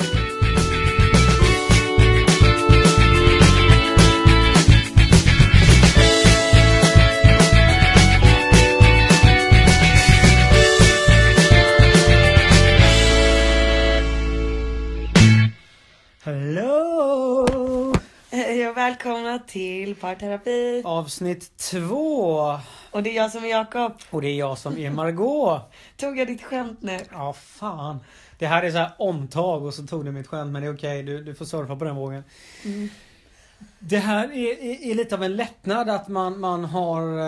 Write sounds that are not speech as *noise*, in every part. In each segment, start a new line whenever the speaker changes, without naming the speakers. *laughs* Hello!
Hej och välkomna till parterapi.
Avsnitt två.
Och det är jag som är Jakob.
Och det är jag som är Margot.
*laughs* Tog jag ditt skämt nu?
Ja, fan. Det här är så här omtag och så tog du mitt skämt men det är okej, du, du får surfa på den vågen.
Mm.
Det här är, är, är lite av en lättnad att man, man har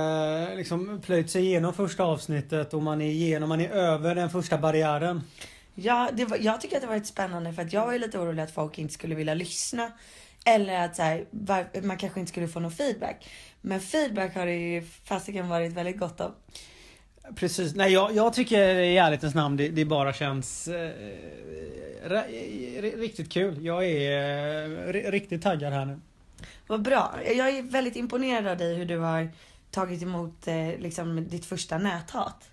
eh, liksom plöjt sig igenom första avsnittet och man är igenom, man är över den första barriären.
Ja, det var, jag tycker att det var ett spännande för att jag var ju lite orolig att folk inte skulle vilja lyssna. Eller att så här, var, man kanske inte skulle få någon feedback. Men feedback har det ju fasiken varit väldigt gott om.
Precis, nej jag, jag tycker i ärlighetens namn det, det bara känns eh, ra- eh, ri- riktigt kul. Jag är eh, ri- riktigt taggad här nu.
Vad bra. Jag är väldigt imponerad av dig hur du har tagit emot eh, liksom, ditt första näthat.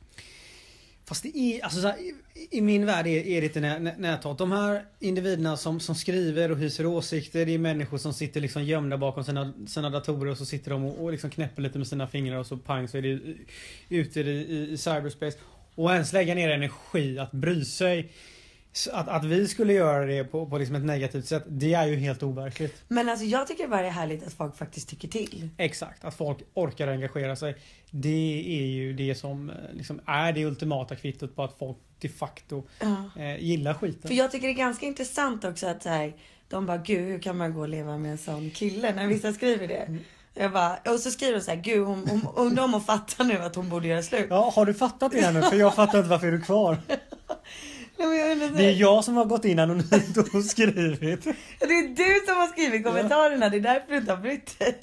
Fast det är, alltså så här, i, i min värld är, är det inte nä- nä- näthat. De här individerna som, som skriver och hyser åsikter, det är människor som sitter liksom gömda bakom sina, sina datorer och så sitter de och, och liksom knäpper lite med sina fingrar och så pang så är det i- ute i, i, i cyberspace. Och ens lägga ner energi att bry sig. Så Att, att vi skulle göra det på, på liksom ett negativt sätt, det är ju helt overkligt.
Men alltså jag tycker bara det är härligt att folk faktiskt tycker till.
Exakt, att folk orkar engagera sig. Det är ju det som eh, liksom är det ultimata kvittot på att folk de facto
Ja.
eh, gillar skiten.
För jag tycker det är ganska intressant också att så här, de bara gud hur kan man gå och leva med en sån kille när vissa skriver det.
Mm.
Jag bara, och så skriver de så här, gud hon, hon, undrar om hon fattar nu att hon borde göra slut.
Ja, har du fattat det här nu? För jag fattar inte varför är du kvar.
Nej, men jag undrar, så
Det är
här,
jag som har gått in anonymt och skrivit.
det är du som har skrivit kommentarerna, det är därför du inte har brytt dig.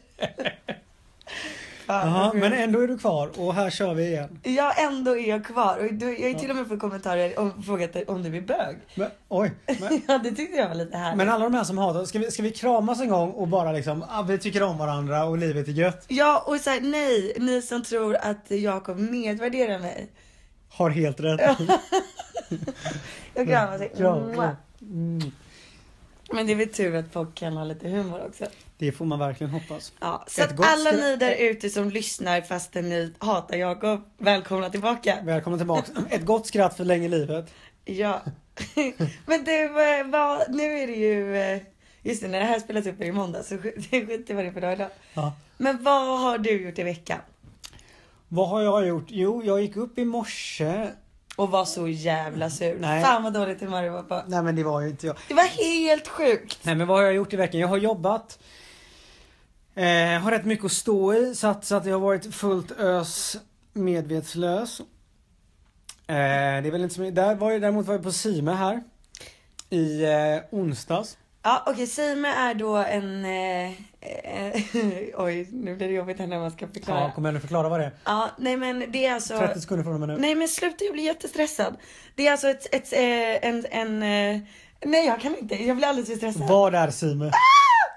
Fan,
Jaha,
vad
men
sjukt.
ändå är du kvar och här kör vi igen.
Ja, ändå är jag kvar. Och du, jag har ju till och med fått kommentarer om, frågat om du är bög. *laughs*
Men, oj. Men,
Ja, det tyckte jag var lite härligt.
men alla de här som hatar, ska vi, ska vi kramas en gång och bara liksom, ah, vi tycker om varandra och livet är gött.
Ja, och så här, nej, ni som tror att Jakob nedvärderar mig.
Har helt rätt.
Jag kramar sig.
Kram.
Mua.
Mm.
Men det är väl tur att folk kan ha lite humor också.
Det får man verkligen hoppas.
Ja, så
Ett
att
gott
alla
skratt.
ni där ute som lyssnar fastän ni hatar Jakob, välkomna tillbaka.
Välkommen tillbaks. Ett gott skratt för länge livet.
Ja. *laughs* Men du, eh, vad, nu är det ju... eh, Just det, när det här spelas upp är det måndag så skit skit i vad *laughs* det är för dag idag.
Ja.
Men vad har du gjort i veckan?
Vad har jag gjort? Jo, jag gick upp i morse.
Och var så jävla sur.
Nej.
Fan vad dåligt humör du var på.
Nej men det var ju inte jag.
Det var helt sjukt.
Nej men vad har jag gjort i veckan? Jag har jobbat. Eh, har rätt mycket att stå i så att, så att jag har varit fullt ös medvetslös. Eh, det är väl inte så mycket. Där var jag, däremot var jag på Sime här. I eh, onsdags.
Ja okej, Sime är då en... Eh, eh, *laughs* oj, nu blir det jobbigt här när man ska förklara.
Ja, kommer jag nu förklara vad det är?
Ja, nej men det är alltså...
30 sekunder från och med nu.
Nej men sluta, jag blir jättestressad. Det är alltså ett, ett eh, en, en... eh, Nej jag kan inte, jag blir alldeles för stressad.
Vad är Sime?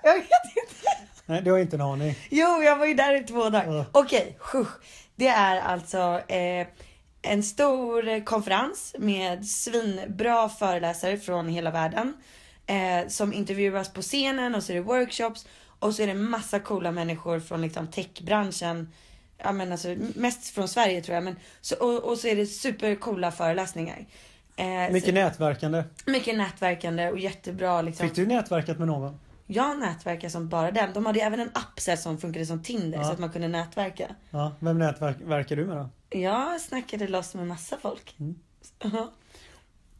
Jag vet inte.
Nej det har jag inte en aning.
Jo, jag var ju där i två dagar.
Ja.
Okej, shush. Det är alltså eh, en stor eh, konferens med svinbra föreläsare från hela världen. Eh, som intervjuas på scenen och så är det workshops. Och så är det massa coola människor från liksom techbranschen. Ja men alltså mest från Sverige tror jag. Men, så, och, och så är det supercoola föreläsningar. Eh,
Mycket nätverkande.
så, mycket nätverkande och jättebra liksom.
Fick du nätverkat med någon?
Jag nätverkar som bara den. De hade ju även en app så här, som funkade som Tinder
Ja.
så att man kunde nätverka.
Ja, vem nätverkar du med då?
Jag snackade loss med massa folk.
Mm.
Ja.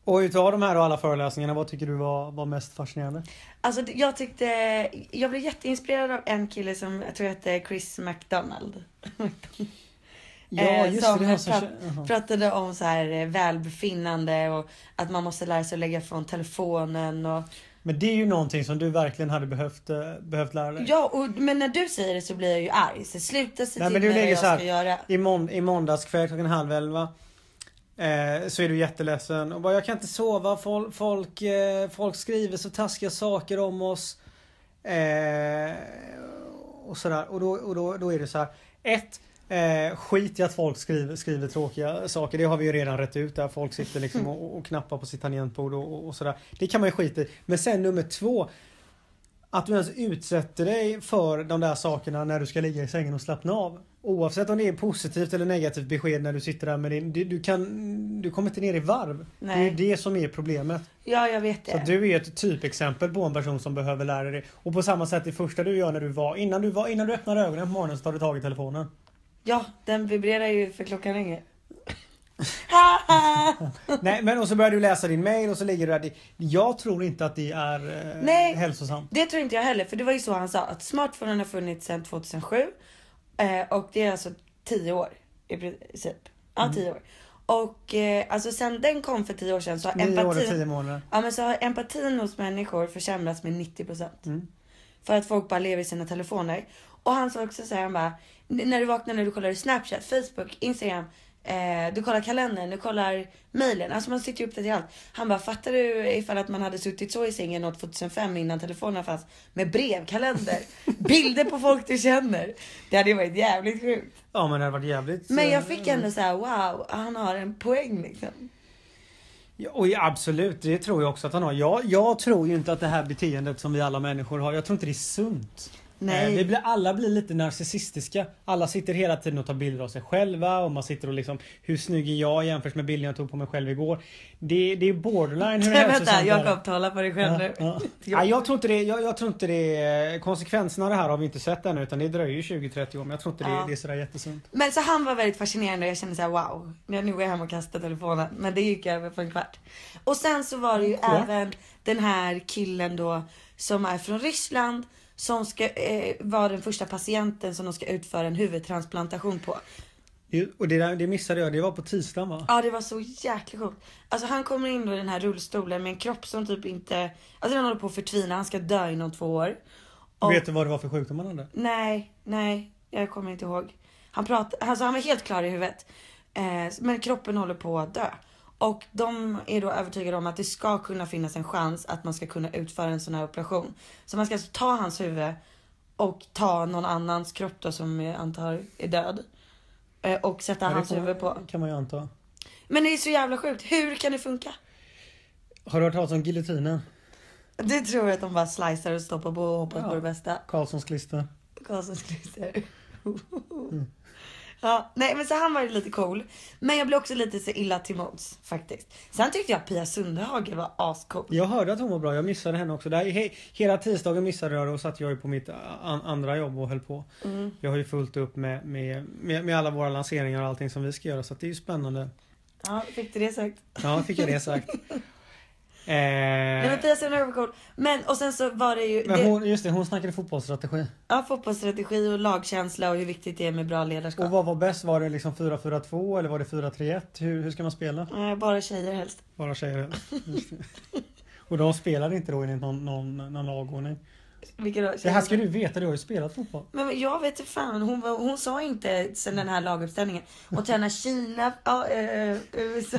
Och utav de här och alla föreläsningarna, vad tycker du var, var mest fascinerande?
Alltså det- jag tyckte, jag blev jätteinspirerad av en kille som jag tror hette Chris McDonald.
*laughs* Ja,
Eh,
just
som
det. det var så...
prat,
Jaha.
pratade om så här eh, välbefinnande och att man måste lära sig att lägga från telefonen och
Men det är ju någonting som du verkligen hade behövt, eh, behövt lära dig.
ja, och, men när du säger det så blir jag ju arg. Så sluta se
Nej, men
till mig
du
vad
lägger
jag
så här-
ska göra.
I, mån, I måndags kväll klockan halv elva eh, Så är du jätteledsen och bara jag kan inte sova. Fol, folk, eh, folk skriver så taskiga saker om oss. Eh, och sådär. Och, då, och då, då är det så här. Ett eh, Skit i att folk skriver, skriver tråkiga saker. Det har vi ju redan rätt ut där. Folk sitter liksom och, och knappar på sitt tangentbord och, och, och sådär. Det kan man ju skita i. Men sen nummer två. Att du ens utsätter dig för de där sakerna när du ska ligga i sängen och slappna av. Oavsett om det är positivt eller negativt besked när du sitter där med din... Du, du, kan, du kommer inte ner i varv. Det är
Nej.
ju det som är problemet.
Ja, jag vet
Så
det.
att du är ett typexempel på en person som behöver lära dig. Och på samma sätt det första du gör när du var... Innan du, var, innan du öppnar ögonen på morgonen så tar du tag i
*laughs*
telefonen.
Ja, den vibrerar ju för klockan ringer.
Nej men och så börjar du läsa din mail och så ligger du där. Det- Jag tror inte att det är eh,
Nej.
hälsosamt.
Det tror inte jag heller, för det var ju så han sa att smartphonen har funnits sedan 2007 eh, och det är alltså 10 år i princip. Ja, 10 år. Och eh, alltså sen den kom för 10 år sedan så har
Nio år och tio
empatin,
månader.
ja, men så har empatin hos människor försämrats med 90%.
Mm.
För att folk bara lever i sina telefoner. Och han sa också så här, han bara, "N- när du vaknar när du kollar Snapchat, Facebook, Instagram, eh, du kollar kalendern, du kollar mailen. Alltså man sitter ju uppdaterad i allt. Han bara, fattar du ifall att man hade suttit så i sängen år 2005 innan telefonerna fanns?
*laughs*
Med brevkalender, bilder på folk du känner. Det hade ju varit jävligt sjukt.
Ja men det hade varit jävligt...
Men jag
eh,
fick ändå så här, wow, han har en poäng liksom.
Ja, och ja, absolut, det tror jag också att han har. Jag, jag tror ju inte att det här beteendet som vi alla människor har, jag tror inte det är sunt.
Nej.
Eh, Vi blir, alla blir lite narcissistiska. Alla sitter hela tiden och tar bilder av sig själva och man sitter och liksom Hur snygg är jag jämfört med bilden jag tog på mig själv igår? Det, det är borderline
*laughs*
hur hälsosamt
Vänta,
det är.
Jakob, tala på dig själv
Ja,
nu.
ja.
*laughs*
Nej, jag tror inte det, jag, jag tror inte det konsekvenserna av det här har vi inte sett ännu utan det dröjer ju 20-30 år men jag tror inte
Ja.
det, det är sådär jättesunt.
Men så han var väldigt fascinerande och jag kände så här: wow, nu nu går jag hem och kastar telefonen. Men det gick över på en kvart. Och sen så var det ju
Kvart?
även den här killen då som är från Ryssland som ska eh, vara den första patienten som de ska utföra en huvudtransplantation på.
Det- Och det, där, det missade jag, det var på tisdagen va?
Ja det var så jäkla sjukt. Alltså han kommer in då i den här rullstolen med en kropp som typ inte, alltså den håller på att förtvina, han ska dö inom två år. Och-
Vet du vad det var för sjukdom han hade?
Nej, nej, jag kommer inte ihåg. Han, prat, alltså han var helt klar i huvudet. Eh, men kroppen håller på att dö. Och de är då övertygade om att det ska kunna finnas en chans att man ska kunna utföra en sån här operation. Så man ska alltså ta hans huvud och ta någon annans kropp då som jag antar är död. Eh, och sätta
Ja, det
hans
kan man-
huvud på.
kan man ju anta.
Men det är så jävla sjukt. Hur kan det funka?
Har du hört talas om giljotinen?
Du tror att de bara slicear och stoppar på och hoppas
Ja.
på det bästa.
Karlssons klister.
Karlssons klister.
Mm.
ja, nej men så han var ju lite cool. Men jag blev också lite så illa till mods faktiskt. Sen tyckte jag Pia Sundhage var ascool.
Jag hörde att hon var bra, jag missade henne också. Där, he, hela tisdagen missade jag det och satt jag ju på mitt a- an, andra jobb och höll på.
Mm.
Jag har ju fullt upp med, med, med, med alla våra lanseringar och allting som vi ska göra så att det är ju spännande.
Ja, fick du det sagt?
Ja, fick jag det
*laughs*
sagt. Eh,
Nej men Pia Sundhage var cool. Men och sen så var det ju
men
det,
hon, just det, hon snackade fotbollsstrategi.
ja, fotbollsstrategi och lagkänsla och hur viktigt det är med bra ledarskap.
Och vad var bäst? Var det liksom 4-4-2 eller var det 4-3-1? Hur, hur ska man spela?
Eh, Bara tjejer helst.
Bara tjejer.
*laughs*
Just det. Och de spelade inte då enligt någon, någon, någon lagordning.
Vilka då?
Det här ska du veta, du har ju spelat fotboll.
Men jag vet inte fan, hon, var- hon
*laughs*
sa inte sen den här laguppställningen. Och tränar Kina, ja, eh, USA.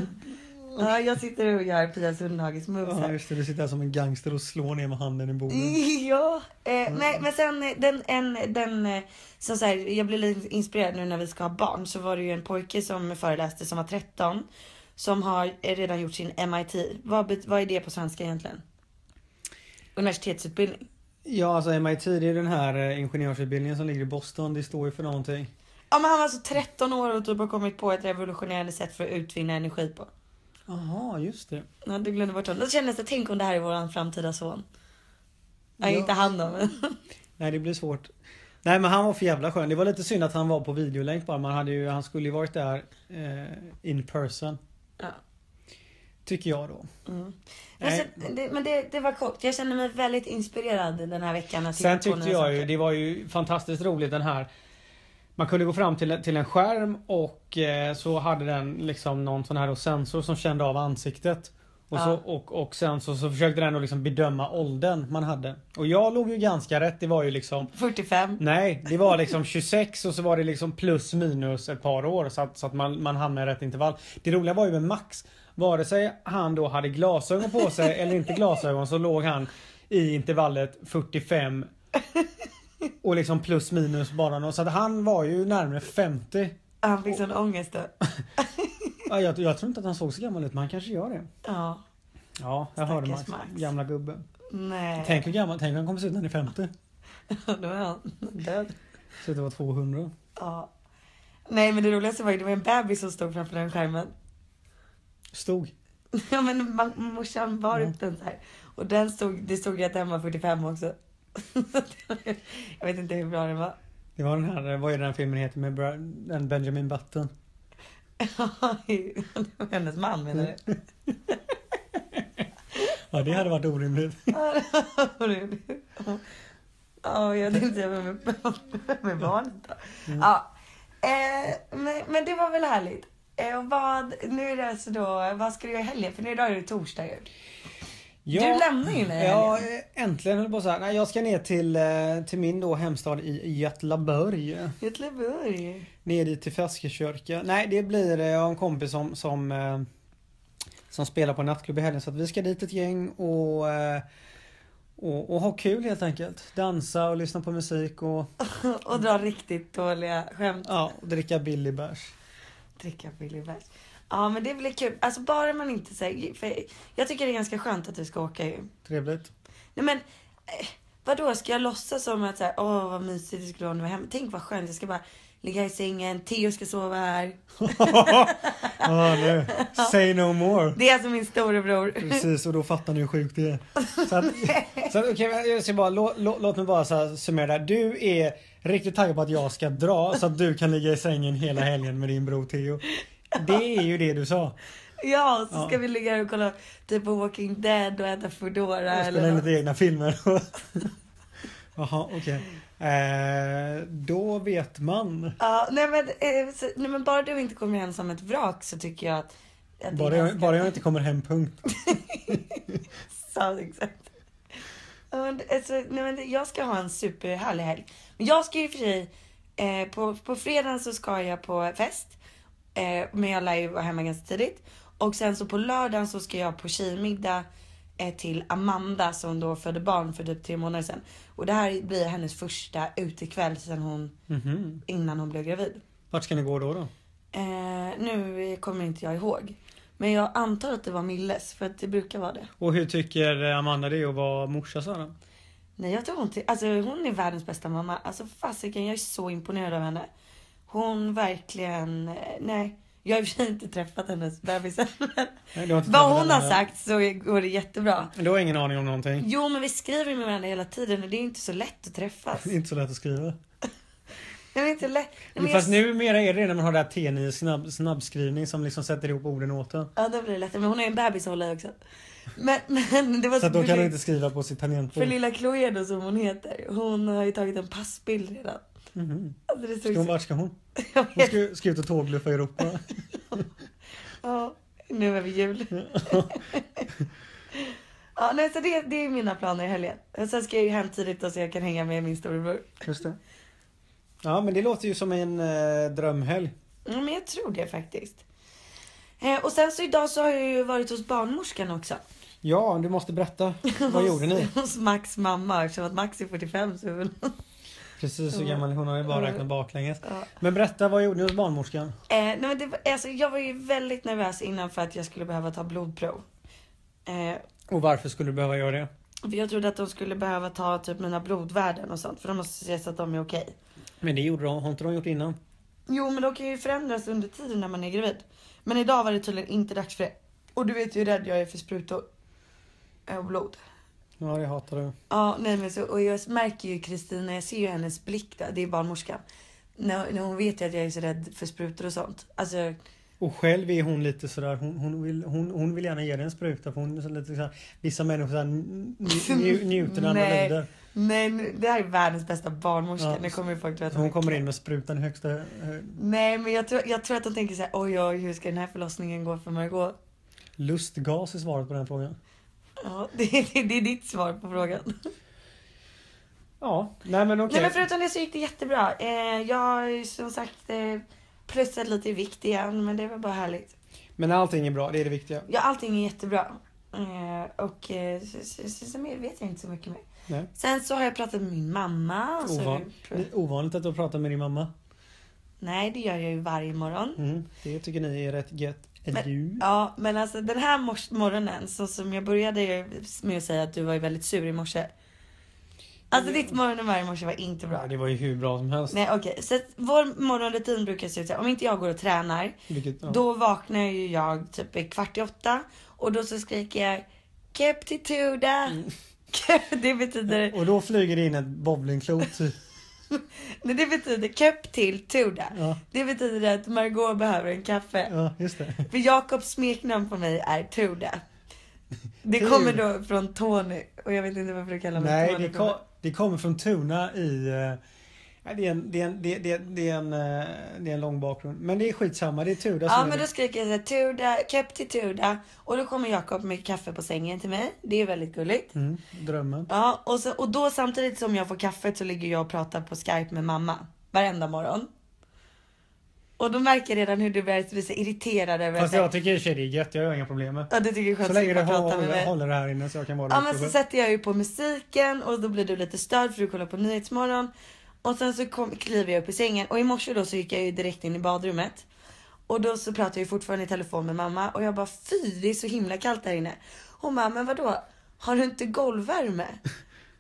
Ja, jag sitter och gör Pia Sundhages moves
Ja Mm.
här.
just det, du sitter här som en gangster och slår ner med handen i bordet.
Ja, eh, men, men sen eh, den, en, den eh, som så här, jag blev lite inspirerad nu när vi ska ha barn så var det ju en pojke som föreläste som var 13 som har eh, redan gjort sin MIT. Vad, bet- vad är det på svenska egentligen? Universitetsutbildning.
Ja alltså MIT det är ju den här eh, ingenjörsutbildningen som ligger i Boston. Det står ju för någonting.
Ja men han var alltså 13 år och typ har kommit på ett revolutionerande sätt för att utvinna energi på.
Jaha just det.
Ja, du glömde bort honom. Då kändes det, tänk om det här är våran framtida son. Nej,
Ja.
inte han då. men-
Nej det blir svårt. Nej men han var för jävla skön. Det var lite synd att han var på videolänk bara. Man hade ju, han skulle ju varit där eh, in person.
Ja.
Tycker jag då.
Mm. Men,
Nej.
så, det, men det, det var kort. Jag känner mig väldigt inspirerad den här veckan. Att
Sen
titta på
tyckte
nya
jag ju,
saker.
det var ju fantastiskt roligt den här man kunde gå fram till, till en skärm och eh, så hade den liksom någon sån här då sensor som kände av ansiktet. Och, så,
Ja.
och, och sen så, så försökte den då liksom bedöma åldern man hade. Och jag låg ju ganska rätt. Det var ju liksom
45.
Nej, det var liksom 26 och så var det liksom plus minus ett par år så att, så att man, man hamnade i rätt intervall. Det roliga var ju med Max. Vare sig han då hade glasögon på sig eller inte glasögon så låg han i intervallet 45 och liksom plus minus bara något. Så att han var ju närmare 50.
Han fick sån ångest då.
Ja, Jag, jag tror inte att han såg så gammal ut men han kanske gör det.
Ja.
Ja, jag hörde Max.
Stackars Max.
Gamla gubben.
Nej. *laughs*
Tänk hur gammal, tänk hur han kommer se ut när han är 50.
Då är han död.
Så att det var 200.
Ja. Nej men det roligaste var ju det var en bebis som stod framför den skärmen. *laughs*
Stod.
Ja men ma- morsan bar
Mm.
upp den så här. Och den stod, det stod ju att den var 45 också. *laughs* jag vet inte hur bra den var. *laughs*
Det var den här, vad är den här filmen heter med Bra- den Benjamin Button?
det var hennes man menar du?
Ja det hade varit orimligt.
Ja, det- Ja, jag tänkte säga med, med barnet då. Ja. Eh, men, men det var väl härligt. Eh, och vad, nu är det alltså då, vad ska du göra i helgen? För nu idag är det torsdag ju. Du lämnar ju mig i
Ja,
helgen.
eh, äntligen höll jag på så här. Nej, jag ska ner till, eh, till min då hemstad i Göteborg.
Göteborg.
Ner dit till Feskekörka. Nej, det blir eh, jag har en kompis som, som, eh, som spelar på en nattklubb i helgen. Så att vi ska dit ett gäng och, eh, och, och ha kul helt enkelt. Dansa och lyssna på musik och
*laughs* Och dra riktigt dåliga skämt.
ja, och dricka billig bärs.
Dricka billig bärs. Ja men det blir kul. Alltså bara man inte säger, för jag tycker det är ganska skönt att du ska åka ju. *laughs*
Trevligt.
Nej men eh, vadå ska jag låtsas som att såhär, åh vad mysigt det skulle vara om du var hemma. Tänk vad skönt, jag ska bara ligga i sängen, Theo ska sova här.
Ja, nu. Say no more.
Det är alltså min storebror. *laughs*
Precis och då fattar ni hur sjukt det är. Så att, så att, okej, men jag ska bara, lå, lå, låt mig bara så här summera det här. Du är riktigt taggad på att jag ska dra så att du kan ligga i sängen hela helgen med din bror Theo. Det är ju det du sa.
Ja, och så ska
Ja.
vi ligga här och kolla typ på Walking Dead och äta Foodora
Och spela
eller
in
något.
lite egna filmer. *laughs* Jaha okej. Eh, då vet man.
Ja, nej men, eh, så, nej men bara du inte kommer hem som ett vrak så tycker jag att... att det
Bara
är
jag,
ganska-
bara jag inte kommer hem punkt.
Ja, exakt. Ja, men, det- alltså, nej, men det- jag ska ha en superhärlig helg. Men jag ska ju för sig, eh, på, på fredagen så ska jag på fest. Eh, men jag lär ju vara hemma ganska tidigt. Och sen så på lördagen så ska jag på tjejmiddag eh, till Amanda som då födde barn för typ tre månader sedan. Och det här blir hennes första utekväll sedan hon,
Mhm.
innan hon blev gravid.
Vart ska ni gå då? då?
Eh, nu kommer inte jag ihåg. Men jag antar att det var Milles för att det brukar vara det.
Och hur tycker Amanda det är att vara morsa Sara?
Nej jag tror hon, till, alltså, hon är världens bästa mamma. Alltså fasiken jag är så imponerad av henne. Hon verkligen, eh, nej. Jag har i och för sig inte träffat hennes bebis än. *laughs* men
Nej, du har inte
Vad
träffat
hon har
henne.
sagt så går det jättebra.
Du har ingen aning om någonting.
Jo men vi skriver med varandra hela tiden och det är ju inte så lätt att träffas.
*laughs* Det är inte så lätt att skriva.
Det är inte lätt. Nej, men
Fast
jag-
numera är det det när man har det här T9 snabb, snabbskrivning som liksom sätter ihop orden åt en.
Ja då blir det lättare. Men hon har ju en bebis att hålla i också. Men, men det var
Så att då
för
kan du
li-
inte skriva på sitt
För
tangentbord.
lilla Chloe då som hon heter. Hon har ju tagit en passbild redan.
Mhm.
Alltså, det
Ska hon,
såg så...
vart ska hon?
Jag
Hon
vet.
ska, ska ut och tågluffa i Europa.
Ja, nu är
*laughs*
vi jul. ja, nej, så det, det är mina planer i helgen. Och Sen ska jag ju hem tidigt då, så jag kan hänga med min storebror.
Just det. Ja men det låter ju som en eh, drömhelg.
Ja, men jag tror det faktiskt. Eh, och sen så idag så har jag ju varit hos barnmorskan också.
Ja, du måste berätta. Vad gjorde ni?
*laughs* Hos Max mamma eftersom att Max är 45 så är väl... *laughs*
Precis så gammal hon har ju bara räknat baklänges.
Ja.
Men berätta, vad gjorde ni hos barnmorskan?
Eh, nej men det, var- alltså, jag var ju väldigt nervös innan för att jag skulle behöva ta blodprov. Eh,
Och varför skulle du behöva göra det?
för jag trodde att de skulle behöva ta typ mina blodvärden och sånt för de måste se så att de är okej.
Men det gjorde de, har inte de gjort innan?
Jo men de kan ju förändras under tiden när man är gravid. Men idag var det tydligen inte dags för det. Och du vet ju hur rädd jag är för sprutor. Eh, Och blod.
Ja, det hatar du.
Ja, nej men så, och jag märker ju Kristina, jag ser ju hennes blick där, det är barnmorskan. När, när hon vet ju att jag är så rädd för sprutor och sånt. Alltså,
Och själv är hon lite sådär, hon, hon, vill, hon, hon vill gärna ge dig en spruta för hon är så lite såhär, vissa människor såhär, nj,
*laughs*
nj, njuter när andra
Nej.
lider.
nej nu- det här är världens bästa barnmorska.
Ja,
nu kommer ju folk tro att
Så hon kommer
är-
in med sprutan i högsta eh,
Nej men jag tror, jag tror att de tänker så här, oj oj hur ska den här förlossningen gå för Margot?
lustgas är svaret på den frågan.
Ja, *laughs* det, det, det är ditt svar på frågan.
Ja, nej men okej.
Nej men förutom det så gick det jättebra. Eh, jag har ju som sagt eh, plussat lite i vikt igen men det var bara härligt.
Men allting är bra, det är det viktiga.
Ja allting är jättebra. Eh, och eh, så, så, så, så mer vet jag inte så mycket mer.
Nej.
Sen så har jag pratat med min mamma. Och så har
Ovan,
jag pr-
det är ovanligt att du pratar med din mamma.
Nej det gör jag ju varje morgon.
Mm, det tycker ni är rätt gött. Är
Men-
du?
Ja men alltså den här mors- morgonen så som jag började ju med att säga att du var ju väldigt sur i morse. Alltså ditt morgonhumör i morse var inte bra.
Ja, det var ju hur bra som helst.
Nej okej, så att vår morgonrutin brukar se ut så här. Om inte jag går och tränar
Vilket, ja.
Då vaknar ju jag typ i kvart i åtta och då så skriker jag Keptituda.
Mm.
*laughs* det betyder,
Och då flyger det in ett bowlingklot. *laughs* typ.
nej, det betyder Keptiltuda.
Ja.
Det betyder att Margot behöver en kaffe.
ja, just det.
För Jakobs smeknamn på mig är Tuda. Det
Tur.
kommer då från Tony och jag vet inte varför du kallar mig
Nej,
Tony.
det, kom, det kommer från Tuna i... eh, nej, Det är, en, det, är en, det, det, det, är en, eh, det är en lång bakgrund. Men det är skitsamma, det är Tuda som
Ja
är
men
det.
då skriker jag så här, Tuda, Keptituda. Och då kommer Jakob med kaffe på sängen till mig. Det är väldigt gulligt.
Mm, drömmen.
Ja, och, så, och då samtidigt som jag får kaffet så ligger jag och pratar på Skype med mamma varenda morgon. Och då märker jag redan hur du börjar bli så irriterad över
Fast
här-
jag tycker i och för sig det är gött, jag har inga problem med.
Ja, du tycker det är skönt
Så
att
länge du
slippa prata med
håller,
mig.
håller det här inne så jag kan vara
Ja,
lite
men så
själv.
sätter jag ju på musiken och då blir du lite störd för du kollar på Nyhetsmorgon. Och sen så kom, kliver jag upp i sängen och i morse då så gick jag ju direkt in i badrummet. Och då så pratar jag ju fortfarande i telefon med mamma och jag bara fy det är så himla kallt här inne. Hon bara men vadå? Har du inte golvvärme?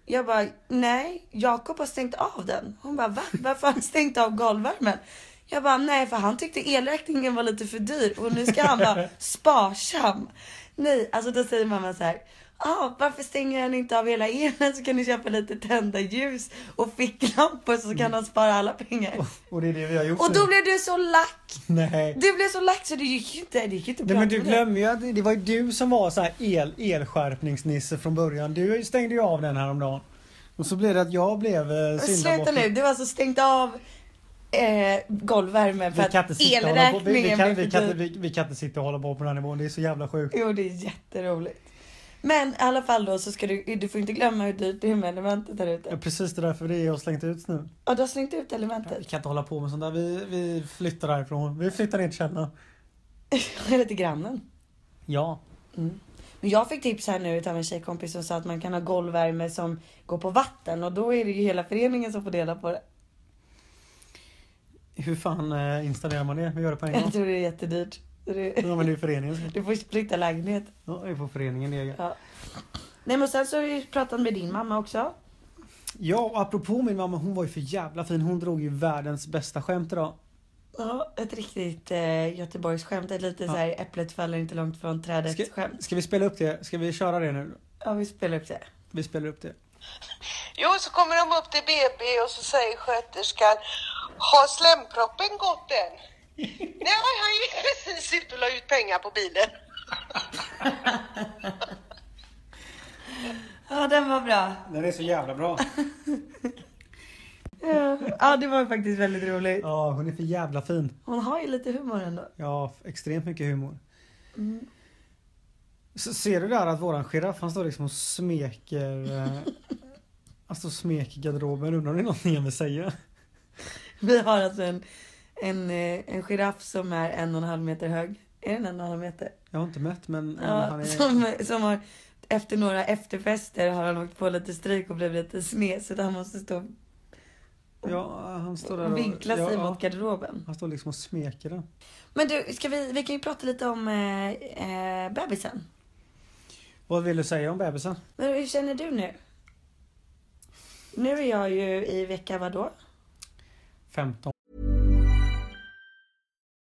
Jag bara nej, Jakob har stängt av den. Hon bara va? Varför har han stängt av golvvärmen? Jag bara nej för han tyckte elräkningen var lite för dyr och nu ska
*laughs*
han vara sparsam. Nej, alltså då säger mamma så här. Ah, varför stänger han inte av hela elen så kan du köpa lite tända ljus och ficklampor så kan han spara alla pengar.
Och det är det vi har gjort
Och då
nu.
blev du så lack.
Nej.
Du blev så lack så det gick ju inte. Det gick ju inte
Nej
bra
men du
för dig.
glömmer ju att det var ju du som var så här el, elskärpningsnisse från början. Du stängde ju av den här om dagen. Och så blev det att jag blev eh,
Men Sluta
syndabocken.
nu, du har alltså stängt av eh, golvvärmen för
Vi kan, inte
att
sitta och hålla på. Vi, vi,
elräkningen
kan,
blev
vi,
för
kan,
dyr.
inte- vi, vi kan inte sitta och hålla på på den här nivån. Det är så jävla sjukt.
Jo det är jätteroligt. Men i alla fall då så ska du, du får inte glömma hur dyrt det är med elementet där
Ja,
ute.
precis det är därför det är jag har slängt ut nu.
Ja du har slängt ut
Vi
elementet.
kan inte hålla på med sånt där. Vi, vi flyttar härifrån. Vi flyttar ner till källaren.
*laughs* Eller till grannen.
Ja.
Men jag fick tips här nu utav en tjejkompis som sa att man kan ha golvvärme som går på vatten och då är det ju hela föreningen som får dela på det.
Hur fan eh, installerar man det? Vi gör det på en gång.
*laughs* Jag tror det är jättedyrt. Så det-
Ja men det är föreningen. som-
Du får splitta lägenhet.
Ja, det är på föreningen det är.
Ja. Nej men sen så har vi pratat med din mamma också.
Ja och apropå min mamma. Hon var ju för jävla fin. Hon drog ju världens bästa skämt idag.
Ja, ett riktigt eh, Göteborgsskämt. Ett lite
Ja.
så här äpplet faller inte långt från trädet
Ska,
skämt.
ska vi spela upp det? Ska vi köra det nu?
Ja, vi spelar upp det.
Vi spelar upp det.
Jo, så kommer de upp till BB och så säger sköterskan, har slemproppen gått än? Nej, han gick precis ut och la ut pengar på bilen.
Ja, den var bra.
Den är så jävla bra.
*laughs* Ja, ja det var faktiskt väldigt roligt.
Ja, hon är för jävla fin.
Hon har ju lite humor ändå.
Ja, f- extremt mycket humor.
Mm.
Så ser du där att våran giraff han står liksom och smeker
*laughs*
eh, Alltså smeker garderoben. Undrar om det är någonting jag vill säga?
Vi har alltså en, en, eh, en giraff som är en och en halv meter hög. Är det den enda han heter?
Jag har inte mött men, men han
Ja,
är...
som, som har, efter några efterfester har han åkt på lite stryk och blivit lite sned så att han måste stå
Ja, han står där
och vinkla sig
ja,
mot garderoben.
Han står liksom och smeker den.
Men du, ska vi, vi kan ju prata lite om eh, eh, bebisen.
Vad vill du säga om bebisen?
Men hur känner du nu? Nu är jag ju i vecka vadå?
15.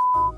a-"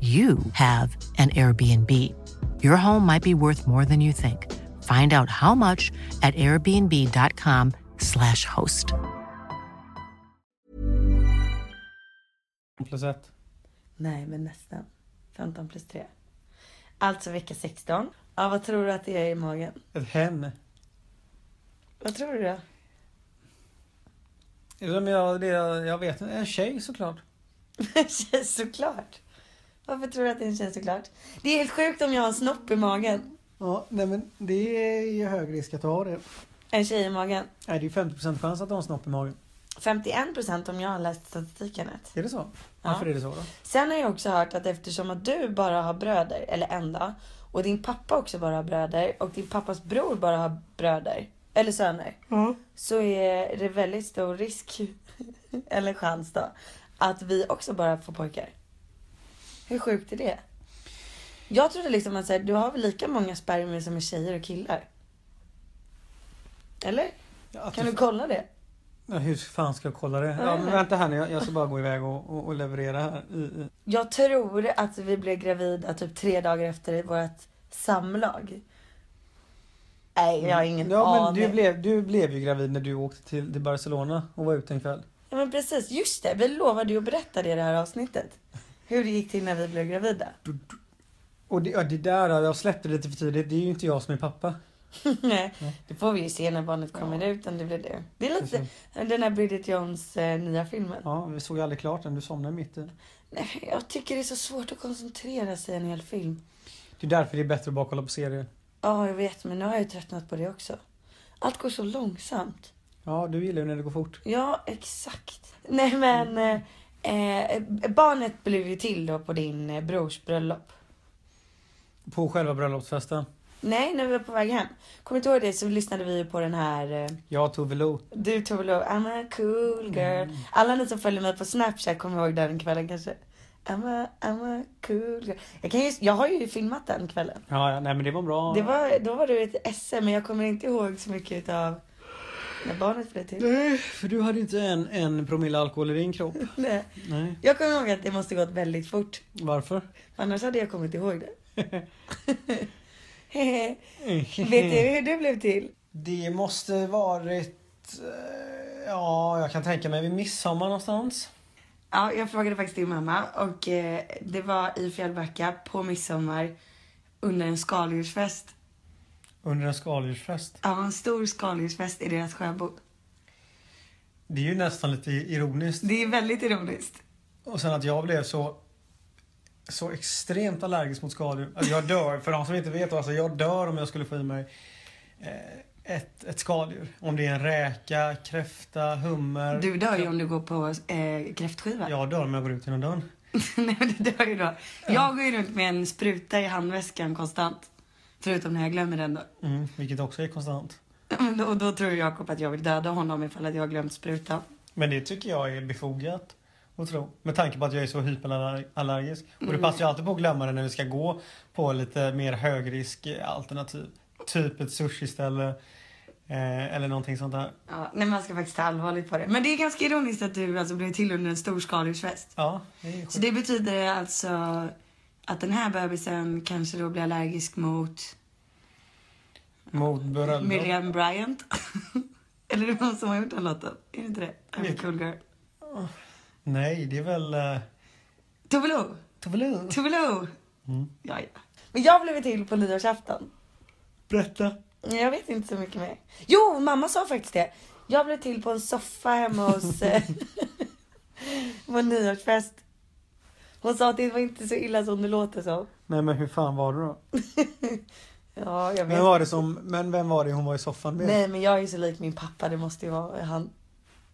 you have an Airbnb. Your home might be worth more than you think. Find out how much at airbnb.com/slash host.
Plus ett.
Nej, men nästan. 15 plus 3. Alltså vecka 16. Ja, vad tror du att det är i magen?
Ett hen.
Vad tror du då?
Ja, men Jag, det, jag vet inte. En tjej såklart.
*laughs* Det känns såklart. Varför tror du att det känns såklart? Det är helt sjukt om jag har en snopp i magen.
Ja, nej men det är ju hög risk att ha det.
En tjej i magen.
Nej, det är ju 50% chans att ha en snopp i magen.
51% om jag har läst statistiken rätt.
Är det så? Varför är det så då?
Sen har jag också hört att eftersom att du bara har bröder, eller en då, och din pappa också bara har bröder och din pappas bror bara har bröder, eller söner. Så är det väldigt stor risk, *laughs* eller chans då, att vi också bara får pojkar. Hur sjukt är det? Jag trodde liksom att så här, du har väl lika många spermier som är tjejer och killar? Eller?
Ja, att
Kan du kolla det?
Ja, hur fan ska jag kolla det? Ja, men vänta här nu. Jag, jag ska bara gå iväg och, och, och leverera här. I, i.
Jag tror att vi blev gravida typ tre dagar efter vårt samlag. Nej, jag har ingen
Mm. Ja, men
aning.
du blev, du blev ju gravid när du åkte till, till Barcelona och var ute en kväll.
Ja, men precis, just det. Vi lovade ju att berätta det i det här avsnittet. Hur det gick till när vi blev gravida. *laughs*
Och det, ja, det där, jag släppte lite för tidigt. Det är ju inte jag som är pappa.
Nej, det får vi ju se när barnet kommer ut om det blir det. Det är lite den här Bridget Jones eh, nya filmen.
Ja, vi såg ju aldrig klart den. Du somnade mitt i.
Nej, jag tycker det är så svårt att koncentrera sig i en hel film.
Det är därför det är bättre att bara kolla på serier.
Ja, jag vet, men nu har jag ju tröttnat på det också. Allt går så långsamt.
Ja, du gillar ju när det går fort.
Ja, exakt. Nej men, eh, eh, barnet blev ju till då på din eh, brors bröllop.
På själva bröllopsfesten.
Nej, när vi var på väg hem. Kommer du inte ihåg det så lyssnade vi ju på den här eh,
Jag tog Lo.
Du Tove Lo, I'm a cool girl.
Mm.
Alla ni som följer mig på Snapchat kommer ihåg den kvällen kanske. I'm a, I'm a cool girl. Jag, kan ju, jag har ju filmat den kvällen.
Ja, ja, nej men det var bra.
Det var, då var du ett SM men jag kommer inte ihåg så mycket utav när barnet blev till.
Nej, för du hade inte en, en promille alkohol i din kropp.
Nej.
Nej.
Jag kommer ihåg att det måste gått väldigt fort.
Varför?
Annars hade jag kommit ihåg det. *laughs* Vet du hur du blev till?
Det måste varit... eh, Ja, jag kan tänka mig vid midsommar någonstans.
Ja, jag frågade faktiskt din mamma och eh, det var i Fjällbacka på midsommar under en skaldjursfest.
Under en skaldjursfest.
Ja, en stor skaldjursfest i deras sjöbod.
Det är ju nästan lite ironiskt.
Det är väldigt ironiskt.
Och sen att jag blev så så extremt allergisk mot skaldjur. Alltså, jag dör, för de som inte vet, alltså, jag dör om jag skulle få i mig eh, ett, ett skaldjur. Om det är en räka, kräfta, hummer.
Du dör ju om du går på eh, kräftskiva.
Jag dör om jag går ut genom dörren.
*laughs* Nej men du dör ju då. Jag går ju runt med en spruta i handväskan konstant. Förutom när jag glömmer den då.
Mm, vilket också är konstant.
Men då- *laughs* Och då tror Jakob att jag vill döda honom ifall att jag har glömt sprutan.
Men det tycker jag är befogat att tro. Med tanke på att jag är så hyperallergisk. Och det
Mm.
passar ju alltid på att glömma det när vi ska gå på lite mer högriskalternativ. Typ ett sushiställe. Eh, eller någonting sånt där.
Ja, nej man ska faktiskt ta allvarligt på det. Men det är ganska ironiskt att du alltså blev till under en stor skaldjursfest.
Ja, det är sjukt.
Så det betyder alltså att den här bebisen kanske då blir allergisk mot
Mot bröllop.
Miriam Bryant. *laughs* Eller är det någon som har gjort den låten? Är det inte det? I'm a
Vilken?
cool girl.
Nej, det är väl... Eh,
Toveloo!
Toveloo!
Toveloo! Ja, ja. Men jag blev till på nyårsafton.
berätta.
Nej, Jag vet inte så mycket mer. Jo, mamma sa faktiskt det. Jag blev till på en soffa hemma hos eh, *laughs* vår nyårsfest. Hon sa att det var inte så illa som det låter som.
Nej men hur fan var det då?
Ja, jag vet.
Vem var det som... Men vem var det hon var i soffan med?
Nej, men jag är ju så lik min pappa. Det måste ju vara han.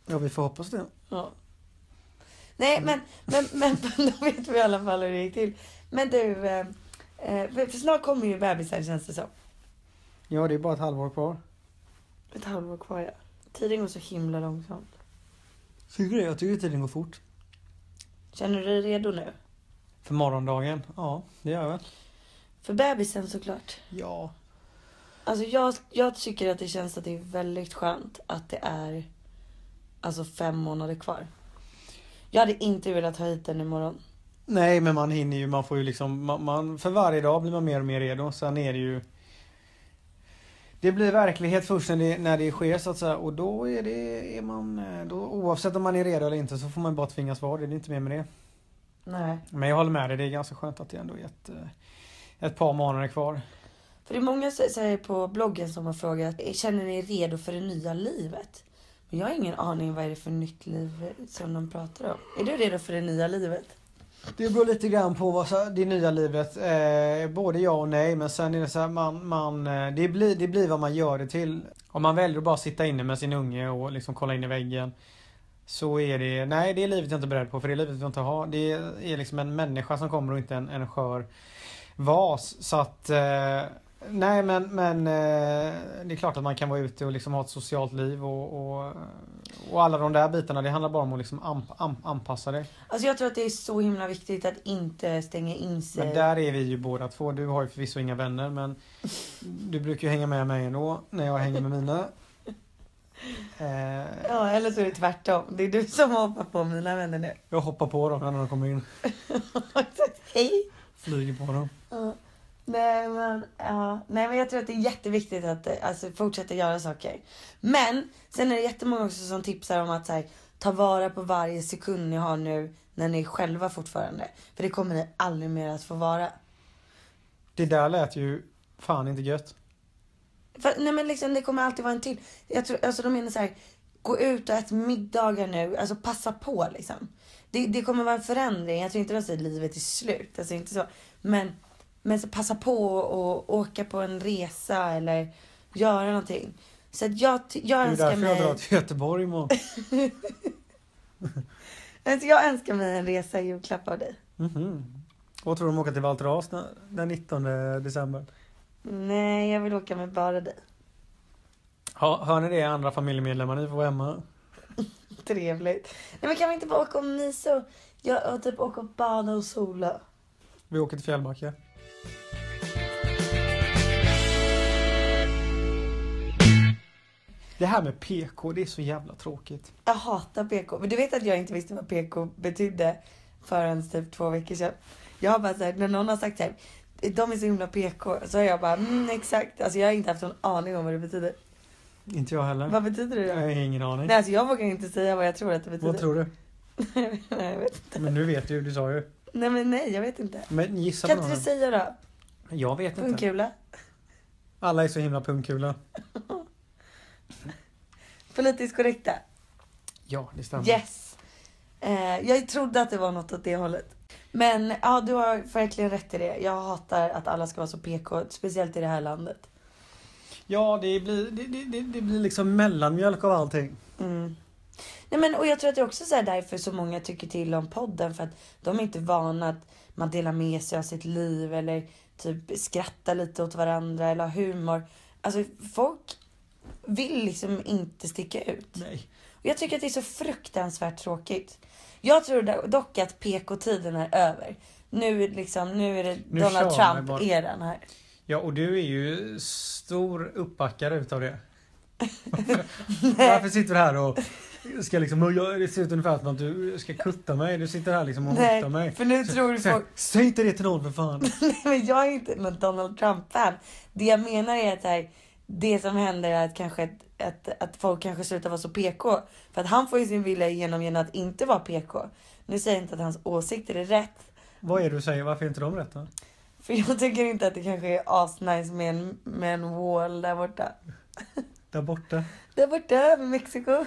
Ja, vi får hoppas det.
Ja. Nej, men, men, men *laughs* då vet vi i alla fall hur det gick till. Men du, eh, eh, för snart kommer ju bebisar känns det som.
Ja, det är bara ett halvår kvar.
Ett halvår kvar, ja. Tiden går så himla långsamt.
Tycker du det? Jag tycker tiden går fort.
Känner du dig redo nu?
För morgondagen? Ja, det gör jag väl.
För bebisen såklart.
Ja.
Alltså jag, jag tycker att det känns att det är väldigt skönt att det är alltså fem månader kvar. Jag hade inte velat ha hit den imorgon.
Nej men man hinner ju, man får ju liksom, man, man, för varje dag blir man mer och mer redo. Sen är det ju Det blir verklighet först när det, när det sker så att säga och då är det, är man, eh, då, oavsett om man är redo eller inte så får man bara tvingas vara det. Det är inte mer med det.
Nej.
Men jag håller med dig, det är ganska skönt att det ändå är ett, eh, ett par månader kvar.
För det är många så så här på bloggen som har frågat, känner ni er redo för det nya livet? Men jag har ingen aning vad är det för nytt liv som de pratar om. Är du redo för det nya livet?
Det beror lite grann på vad så- det nya livet, eh, både ja och nej men sen är det så här, man, man, eh, det, blir, det blir vad man gör det till. Om man väljer att bara sitta inne med sin unge och liksom kolla in i väggen så är det, nej det är livet jag inte är beredd på för det är livet jag inte har. Det är liksom en människa som kommer och inte en, en skör vas. Så att, eh, nej men, men eh, det är klart att man kan vara ute och liksom ha ett socialt liv och, och, och alla de där bitarna. Det handlar bara om att liksom amp, amp, anpassa det.
Alltså jag tror att det är så himla viktigt att inte stänga in sig.
Men där är vi ju båda två. Du har ju förvisso inga vänner men du brukar ju hänga med mig ändå när jag hänger med mina. Eh,
Ja, eller så är det tvärtom. Det är du som hoppar på mina vänner nu. *laughs*
jag hoppar på dem när de kommer in.
Hej!
Flyger på dem.
Ja. Nej men, ja. Nej men jag tror att det är jätteviktigt att eh, alltså, fortsätta göra saker. Men sen är det jättemånga också som tipsar om att så här, ta vara på varje sekund ni har nu när ni är själva fortfarande. För det kommer ni aldrig mer att få vara.
Det där lät ju fan inte gött.
För, nej men liksom det kommer alltid vara en till. Jag tror, alltså de menar så här, gå ut och ät middagar nu. Alltså passa på liksom. Det, det kommer vara en förändring. Jag tror inte de säger livet är slut. Alltså inte så. Men, men så passa på och åka på en resa eller göra någonting. Så att jag, ty-
Det
jag
är ju
önskar
därför jag
mig...
drar till Göteborg imorgon.
Alltså *laughs* jag önskar mig en resa i julklapp av dig.
Mhm. Vad tror du om att åka till Valtras den- den 19 december?
Nej, jag vill åka med bara dig. *laughs*
Ha, hör ni det andra familjemedlemmar? Ni får vara hemma.
Trevligt. Nej men kan vi inte bara åka och mysa och, jag, och typ åka och bada och sola?
Vi åker till Fjällbacka. Det här med PK, det är så jävla tråkigt.
Jag hatar PK. Men du vet att jag inte visste vad PK betydde förrän typ två veckor sedan. Jag har bara såhär, när någon har sagt såhär, de är så himla PK. Så har jag bara, mm, exakt. Alltså jag har inte haft någon aning om vad det betyder.
Inte jag heller.
Vad betyder det
Jag
då?
har ingen aning.
Nej alltså jag vågar inte säga vad jag tror att det betyder.
Vad tror du?
*laughs* nej, jag vet inte.
Men nu vet du, du sa ju.
nej men nej, jag vet inte.
Men gissa
Kan
på
inte
någon.
du säga då?
Jag vet inte.
Pungkula?
Alla är så himla pungkula.
Politiskt korrekta?
Ja, det stämmer.
Yes! Eh, jag trodde att det var något åt det hållet. Men ja, du har verkligen rätt i det. Jag hatar att alla ska vara så PK, speciellt i det här landet.
Ja, det blir, det, det, det, det blir liksom mellanmjölk av allting.
Mm. Nej, men, och jag tror att det är också så här därför så många tycker till om podden. För att de är inte vana att man delar med sig av sitt liv eller typ skrattar lite åt varandra eller har humor. Alltså folk vill liksom inte sticka ut.
Nej.
Och jag tycker att det är så fruktansvärt tråkigt. Jag tror do- dock att PK-tiden är över. Nu, är det liksom, nu är det
Nu
Donald
kör man bara.
Trump-eran här.
Ja, och du är ju stor uppbackare utav det.
*laughs* Nej.
Varför sitter du här och ska liksom, och jag, det ser ut ungefär som att du ska kutta mig. Du sitter här liksom och
Nej,
hotar mig.
för nu tror
så,
folk-
Säg inte det till någon för fan.
Nej, men jag är inte någon Donald Trump-fan. Det jag menar är att det, här, det som händer är att, kanske att, att, att folk kanske slutar vara så PK. För att han får ju sin vilja igenom genom att inte vara PK. Nu säger jag inte att hans åsikter är rätt.
Vad är det du säger? Varför är inte de rätta?
För jag tycker inte att det kanske är asnice med en, med en wall där borta.
Där borta.
Där borta över Mexiko.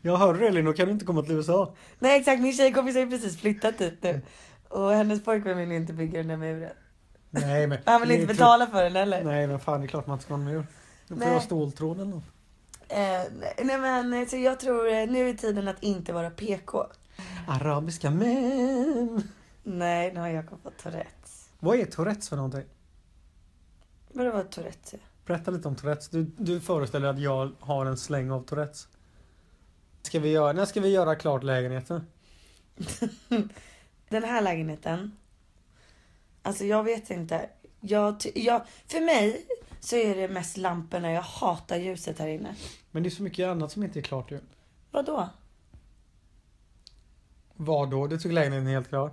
Jag hörde det Elin, då kan du inte komma till USA.
Nej exakt, min tjejkompis har ju precis flyttat dit nu. Och hennes pojkvän vill ju inte bygga den där muren.
Nej men.
Han vill inte
det är
betala för den heller.
klart- Nej men fan det är klart man inte ska ha en mur. Du får
Nej.
ha ståltråd eller något.
Eh, nej men eh, så jag tror eh, nu är tiden att inte vara PK.
Arabiska män.
Nej, nu har Jakob fått Tourettes.
Vad är Tourettes för någonting?
Vadå var Tourettes?
Berätta lite om Tourettes. Du, du föreställer att jag har en släng av Tourettes. Ska vi göra, när ska vi göra klart lägenheten?
Den här lägenheten. Alltså jag vet inte. Jag, ty- jag, för mig så är det mest lamporna. Jag hatar ljuset här inne.
Men det är så mycket annat som inte är klart ju.
Vadå?
Vad då? Du tycker lägenheten är helt klar?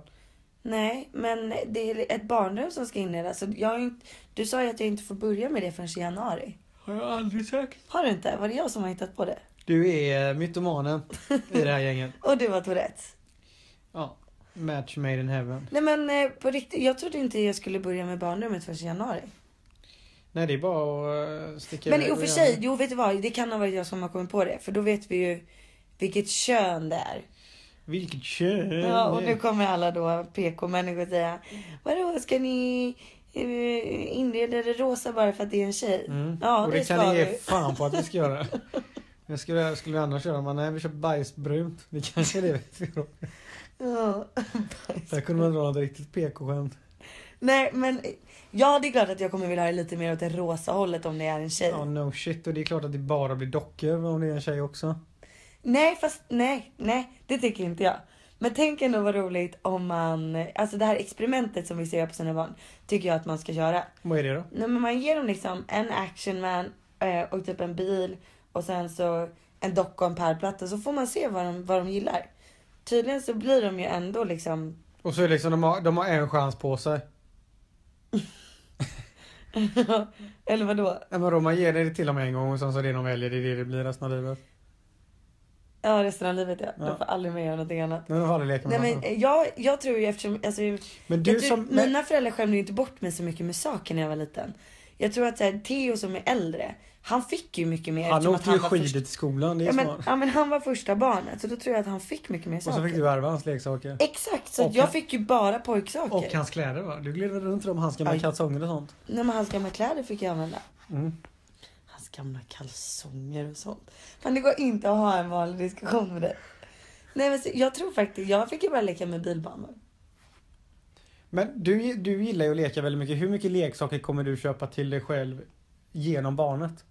Nej, men det är ett barnrum som ska inredas. Så jag har ju inte, du sa ju att jag inte får börja med det förrän i januari.
Har jag aldrig sagt.
Har du inte? Var det jag som har hittat på det?
Du är eh, mytomanen i det här gänget.
Och du var Tourettes.
Ja. Match made in heaven.
Nej men eh, på riktigt, jag trodde inte jag skulle börja med barnrummet förrän i januari.
Nej det är bara att eh, sticka
Men i
iväg
och för
göra
sig,
det.
jo vet du vad? Det kan ha varit jag som har kommit på det. För då vet vi ju vilket kön det är.
Vilket kön!
Ja, och nu kommer alla då PK-människor säga Vadå, ska ni eh, inreda det rosa bara för att det är en tjej?
Mm.
Ja,
och
det,
det,
ska
kan ni
*laughs* vi.
ge fan på att vi ska
*laughs*
göra. Men skulle, skulle vi annars göra? Man, nej vi kör bajsbrunt. Det kanske är det vi ska göra.
Ja.
Där kunde man dra något riktigt PK-skämt.
Nej, men ja, det är klart att jag kommer vilja ha det lite mer åt det rosa hållet om det är en tjej.
Ja no shit och det är klart att det bara blir dockor om det är en tjej också.
Nej, fast nej, nej, det tycker inte jag. Men tänk ändå vad roligt om man, alltså det här experimentet som vi ser på sina barn, tycker jag att man ska göra.
Vad är det då?
Nej, men man ger dem liksom en actionman eh, och typ en bil och sen så en docka och en pärlplatta så får man se vad de, vad de gillar. Tydligen så blir de ju ändå liksom... *laughs*
Och så är det liksom de har, de har en chans på sig.
Eller vadå?
Nej men då man ger det till dem en gång och sen så är det de väljer det är det det blir resten av livet.
Ja, resten av livet ja. De
Ja.
får aldrig mer göra någonting annat.
Nej de får aldrig leka
Nej
med
men
varandra.
eh, jag, jag tror ju eftersom, alltså,
Men du
jag tror,
som... Men,
mina föräldrar skämde ju inte bort mig så mycket med saker när jag var liten. Jag tror att så här, Theo som är äldre, han fick ju mycket mer
han
eh, eftersom att
åkte ju
var
skidor
först-
till skolan, det är
Ja men,
smart.
ja men han var första barnet så då tror jag att han fick mycket mer
Och så
saker.
fick du ärva hans leksaker.
Exakt, så att
Och
jag
han-
fick ju bara pojksaker.
Och hans kläder va? Du glider runt i dem, hans gamla
Aj.
kalsonger och sånt.
Nej men hans gamla kläder fick jag använda.
Mm.
Hans gamla kalsonger och sånt. Fan det går inte att ha en vanlig diskussion med dig. Nej men så, jag tror faktiskt, jag fick ju bara leka med bilbanor.
Men du, du gillar ju att leka väldigt mycket. Hur mycket leksaker kommer du köpa till dig själv genom barnet?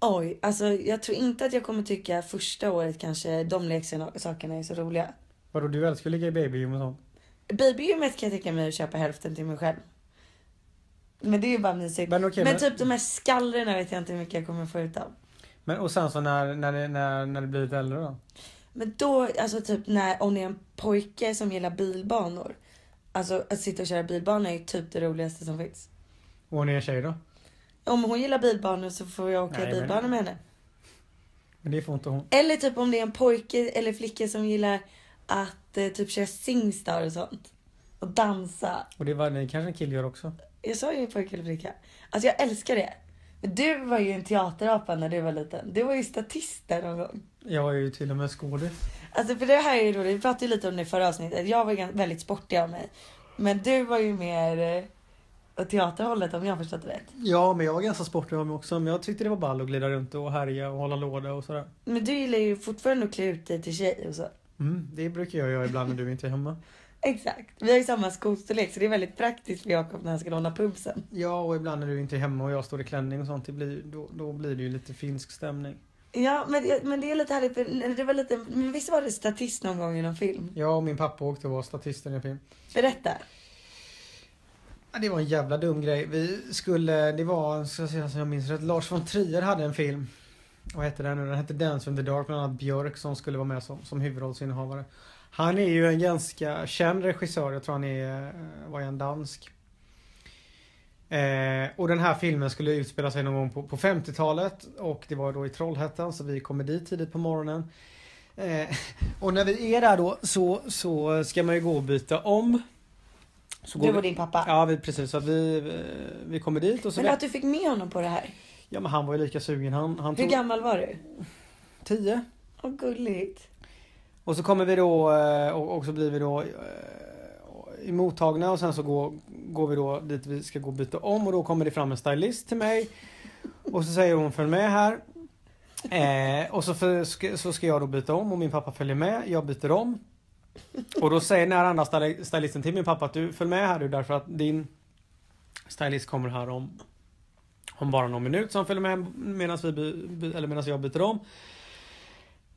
Oj, alltså jag tror inte att jag kommer tycka första året kanske de leksakerna är så roliga.
Vadå du älskar att ligga i babygym och sånt?
Babygymmet kan jag tänka mig att köpa hälften till mig själv. Men det är ju bara mysigt.
Men okej,
men
men-
typ de här skallrorna vet jag inte hur mycket jag kommer få ut av.
Men och sen så när, när, det, när, när det blir lite äldre då?
Men då, alltså typ när, om det är en pojke som gillar bilbanor. Alltså att sitta och köra bilbanor är ju typ det roligaste som finns.
Och hon är en tjej då?
Om hon gillar bilbanor så får jag åka
Nej, men-
bilbanor med henne.
Men det får inte hon.
Eller typ om det är en pojke eller flicka som gillar att eh, typ köra singstar och sånt. Och dansa.
Och det, var, det kanske en kille gör också?
Jag sa ju pojke eller flicka. Alltså jag älskar det. Men du var ju en teaterapa när du var liten. Du var ju statist där någon gång.
Jag är ju till och med skådis.
Alltså för det här är ju roligt, vi pratade ju lite om det i förra avsnittet. Jag var gan- väldigt sportig av mig. Men du var ju mer eh, åt teaterhållet om jag har förstått det rätt.
Ja, men jag var ganska sportig av mig också. Men jag tyckte det var ball att glida runt och härja och hålla låda och sådär.
Men du gillar ju fortfarande att klä ut dig till tjej och så.
Mm, det brukar jag göra ibland när du inte är hemma.
Exakt. Vi har ju samma skostorlek så det är väldigt praktiskt för Jakob när han ska låna pubsen.
*laughs* Ja, och ibland när du inte är hemma och jag står i klänning och sånt, det blir, då, då blir det ju lite finsk stämning.
Ja men, men det är lite härligt för det var lite, men visst var det statist någon gång i någon film?
Jag och min pappa åkte och var statister i en film.
Berätta.
Ja, Det var en jävla dum grej. Vi skulle, det var, ska jag säga som jag minns rätt, Lars von Trier hade en film. Vad hette den nu? Den hette Dance in the Dark, bland annat Björk som skulle vara med som, som huvudrollsinnehavare. Han är ju en ganska känd regissör, jag tror han är, eh, var en dansk. Eh, och den här filmen skulle utspela sig någon gång på, på 50-talet och det var då i Trollhättan så vi kommer dit tidigt på morgonen. Eh, *laughs* och när vi är där då så, så ska man ju gå och byta om. Så
Du
går vi-
och din pappa.
Ja vi, precis, så att vi, eh, vi kommer dit och så...
Men att du fick med honom på det här.
Ja men han var ju lika sugen. Han, han
Hur
tog
gammal var du?
10.
Åh gulligt.
Och så kommer vi då eh, och, och så blir vi då eh, emottagna och sen så går, går vi då dit vi ska gå och byta om och då kommer det fram en stylist till mig. Och så säger hon följ med här. Eh, och så, för, ska, så ska jag då byta om och min pappa följer med. Jag byter om. Och då säger den här andra styli- stylisten till min pappa att du följ med här du därför att din stylist kommer här om, om bara någon minut. Så han följer med medan, vi, by- by, eller medan jag byter om.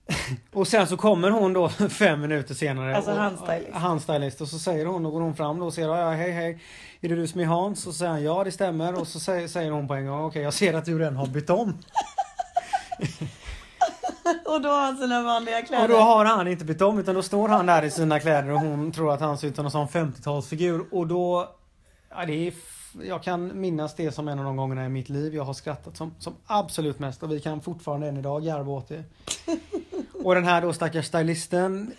*laughs* Och sen så kommer hon då *laughs* fem minuter senare.
Alltså
och-
hans stylist.
Hans stylist. Och så säger hon, och går hon fram då och säger ja hej hej. Är det du som är Hans? Och så säger han ja det stämmer. Och så säger, säger hon på en gång okej jag ser att du redan har bytt om.
Och då har han sina vanliga kläder.
Och då har han inte bytt om utan då står han där i sina kläder och hon tror att han ser ut som någon sån 50-talsfigur. Och då... Ja, det är, f- jag kan minnas det som en av de gångerna i mitt liv jag har skrattat som, som absolut mest. Och vi kan fortfarande än idag garva åt det. Och den här då stackars stylisten.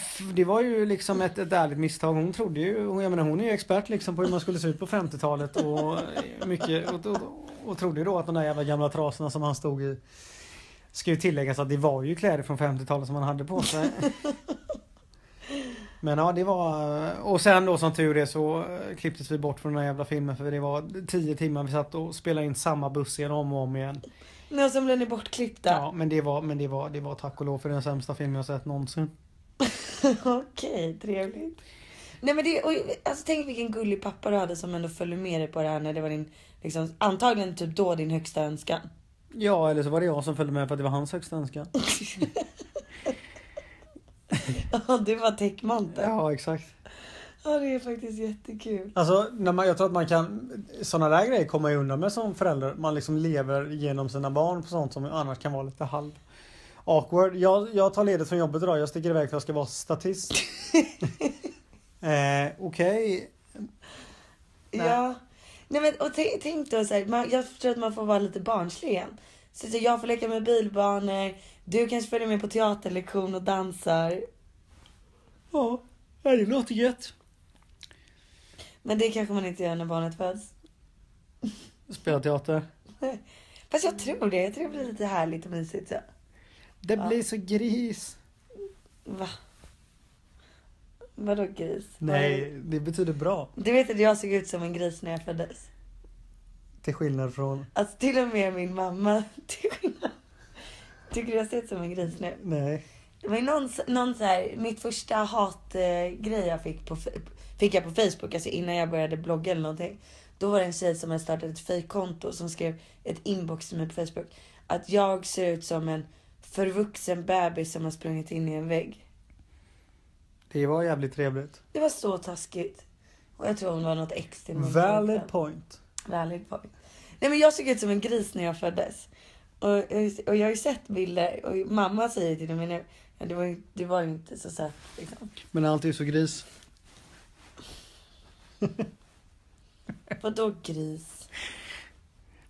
f- Det var ju liksom ett, ett ärligt misstag. Hon trodde ju, hon- jag menar hon är ju expert liksom på hur man skulle se ut på 50-talet och mycket och, och, och trodde ju då att de där jävla gamla trasorna som han stod i Ska ju tilläggas att det var ju kläder från 50-talet som han hade på *laughs* sig. Men ja det var och sen då som tur är så eh, klipptes vi bort från den här jävla filmen för det var 10 timmar vi satt och spelade in samma buss igen om och om igen.
Nej, och sen blev ni bortklippta.
Ja men det var, men det var, det var tack och lov för den sämsta film jag sett någonsin.
Okej, trevligt. Nej men det, och, alltså tänk vilken gullig pappa du hade som ändå följde med dig på det här när det var din, liksom, antagligen typ då din högsta önskan.
Ja eller så var det jag som följde med för att det var hans högsta önskan.
Ja, du var täckmantel.
Ja exakt.
Ja, det är faktiskt jättekul.
Alltså när man, jag tror att man kan Sådana där grejer kommer man ju undan med som förälder. Man liksom lever genom sina barn på sånt som annars kan vara lite halv awkward. Jag, jag tar ledigt från jobbet idag. Jag sticker iväg för att jag ska vara *laughs* statist. eh, Okej. Nej.
Ja. Nej men och tänk, tänk då så här, man, jag tror att man får vara lite barnslig igen. Så, så jag får leka med bilbanor, du kanske följer med på teaterlektion och dansar.
Ja, det låter gött.
Men det kanske man inte gör när barnet föds.
Spela teater.
Fast jag tror det, jag tror det blir lite härligt och mysigt så.
Det
Ja.
blir så gris.
Va? Vadå gris?
Nej, det betyder bra.
Du vet att jag såg ut som en gris när jag föddes.
Till skillnad från...
Alltså till och med min mamma *laughs* till skillnad- tycker jag ser ut som en gris nu.
Nej.
Det var ju någon, någon så här, mitt första hatgrej jag fick på, fe- fick jag på Facebook, alltså innan jag började blogga eller någonting. Då var det en tjej som hade startat ett fejkkonto som skrev ett inbox till mig på Facebook. Att jag ser ut som en förvuxen bebis som har sprungit in i en vägg.
Det var jävligt trevligt.
Det var så taskigt. Och jag tror hon var något ex till mig.
Valid point.
Valid point. Nej men jag såg ut som en gris när jag föddes. Och, och jag har ju sett bilder och mamma säger till mig nu, ja, det var ju det var ju inte så sött liksom.
Men allt är ju så gris.
Vadå gris?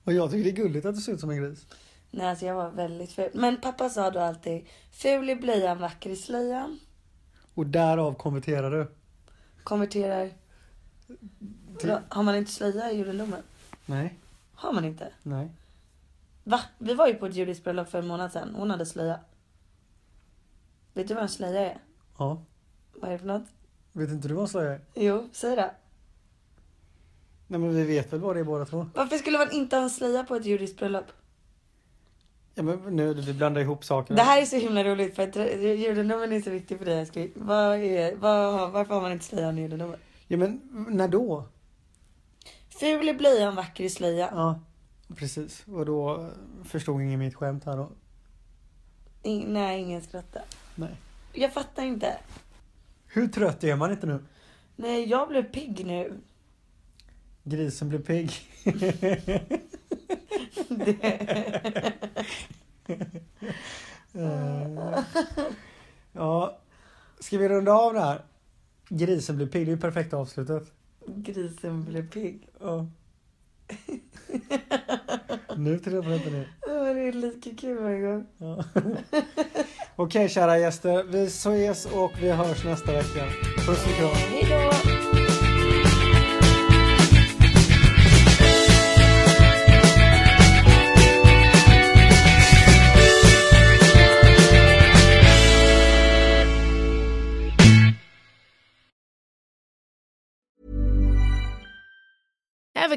Och jag tycker det är gulligt att du ser ut som en gris.
Nej alltså jag var väldigt ful. Men pappa sa då alltid, ful i blöjan, vacker i slöjan.
Och därav konverterar du.
Konverterar.
Till-
Vadå, Har man inte slöja i judendomen?
Nej,
Har man inte?
nej.
Va? Vi var ju på ett judiskt bröllop för en månad sedan. Hon hade slöja. Vet du vad en slöja är?
Ja.
Vad är det för något?
Vet inte du vad en slöja är?
Jo, säg det.
Nej men vi vet väl vad det är båda två?
Varför skulle man inte ha en slöja på ett judiskt bröllop?
Ja men nu, vi blandar ihop sakerna.
Det här är så himla roligt för att re- judendomen är så viktig för dig älskling. Vad är, vad, har- varför har man inte slöjan i judendomen?
Ja men när då?
Ful i blöjan, vacker i slöja.
Ja. Precis. Och då eh, förstod ingen mitt skämt här då.
In, nej, ingen skrattar.
Nej.
Jag fattar inte.
Hur trött är man inte nu?
Nej, jag blev pigg nu. *laughs*
Grisen blir pigg. *laughs* Eh, ja, ska vi runda av det här? Grisen blir pigg, det är ju perfekta avslutet.
Grisen blev pigg.
Ja. Nu träffar jag inte det.
Åh, det är lika kul varje gång.
Ja. Okej kära gäster, vi ses och vi hörs nästa vecka. Puss och kram.
Hej då!
Ever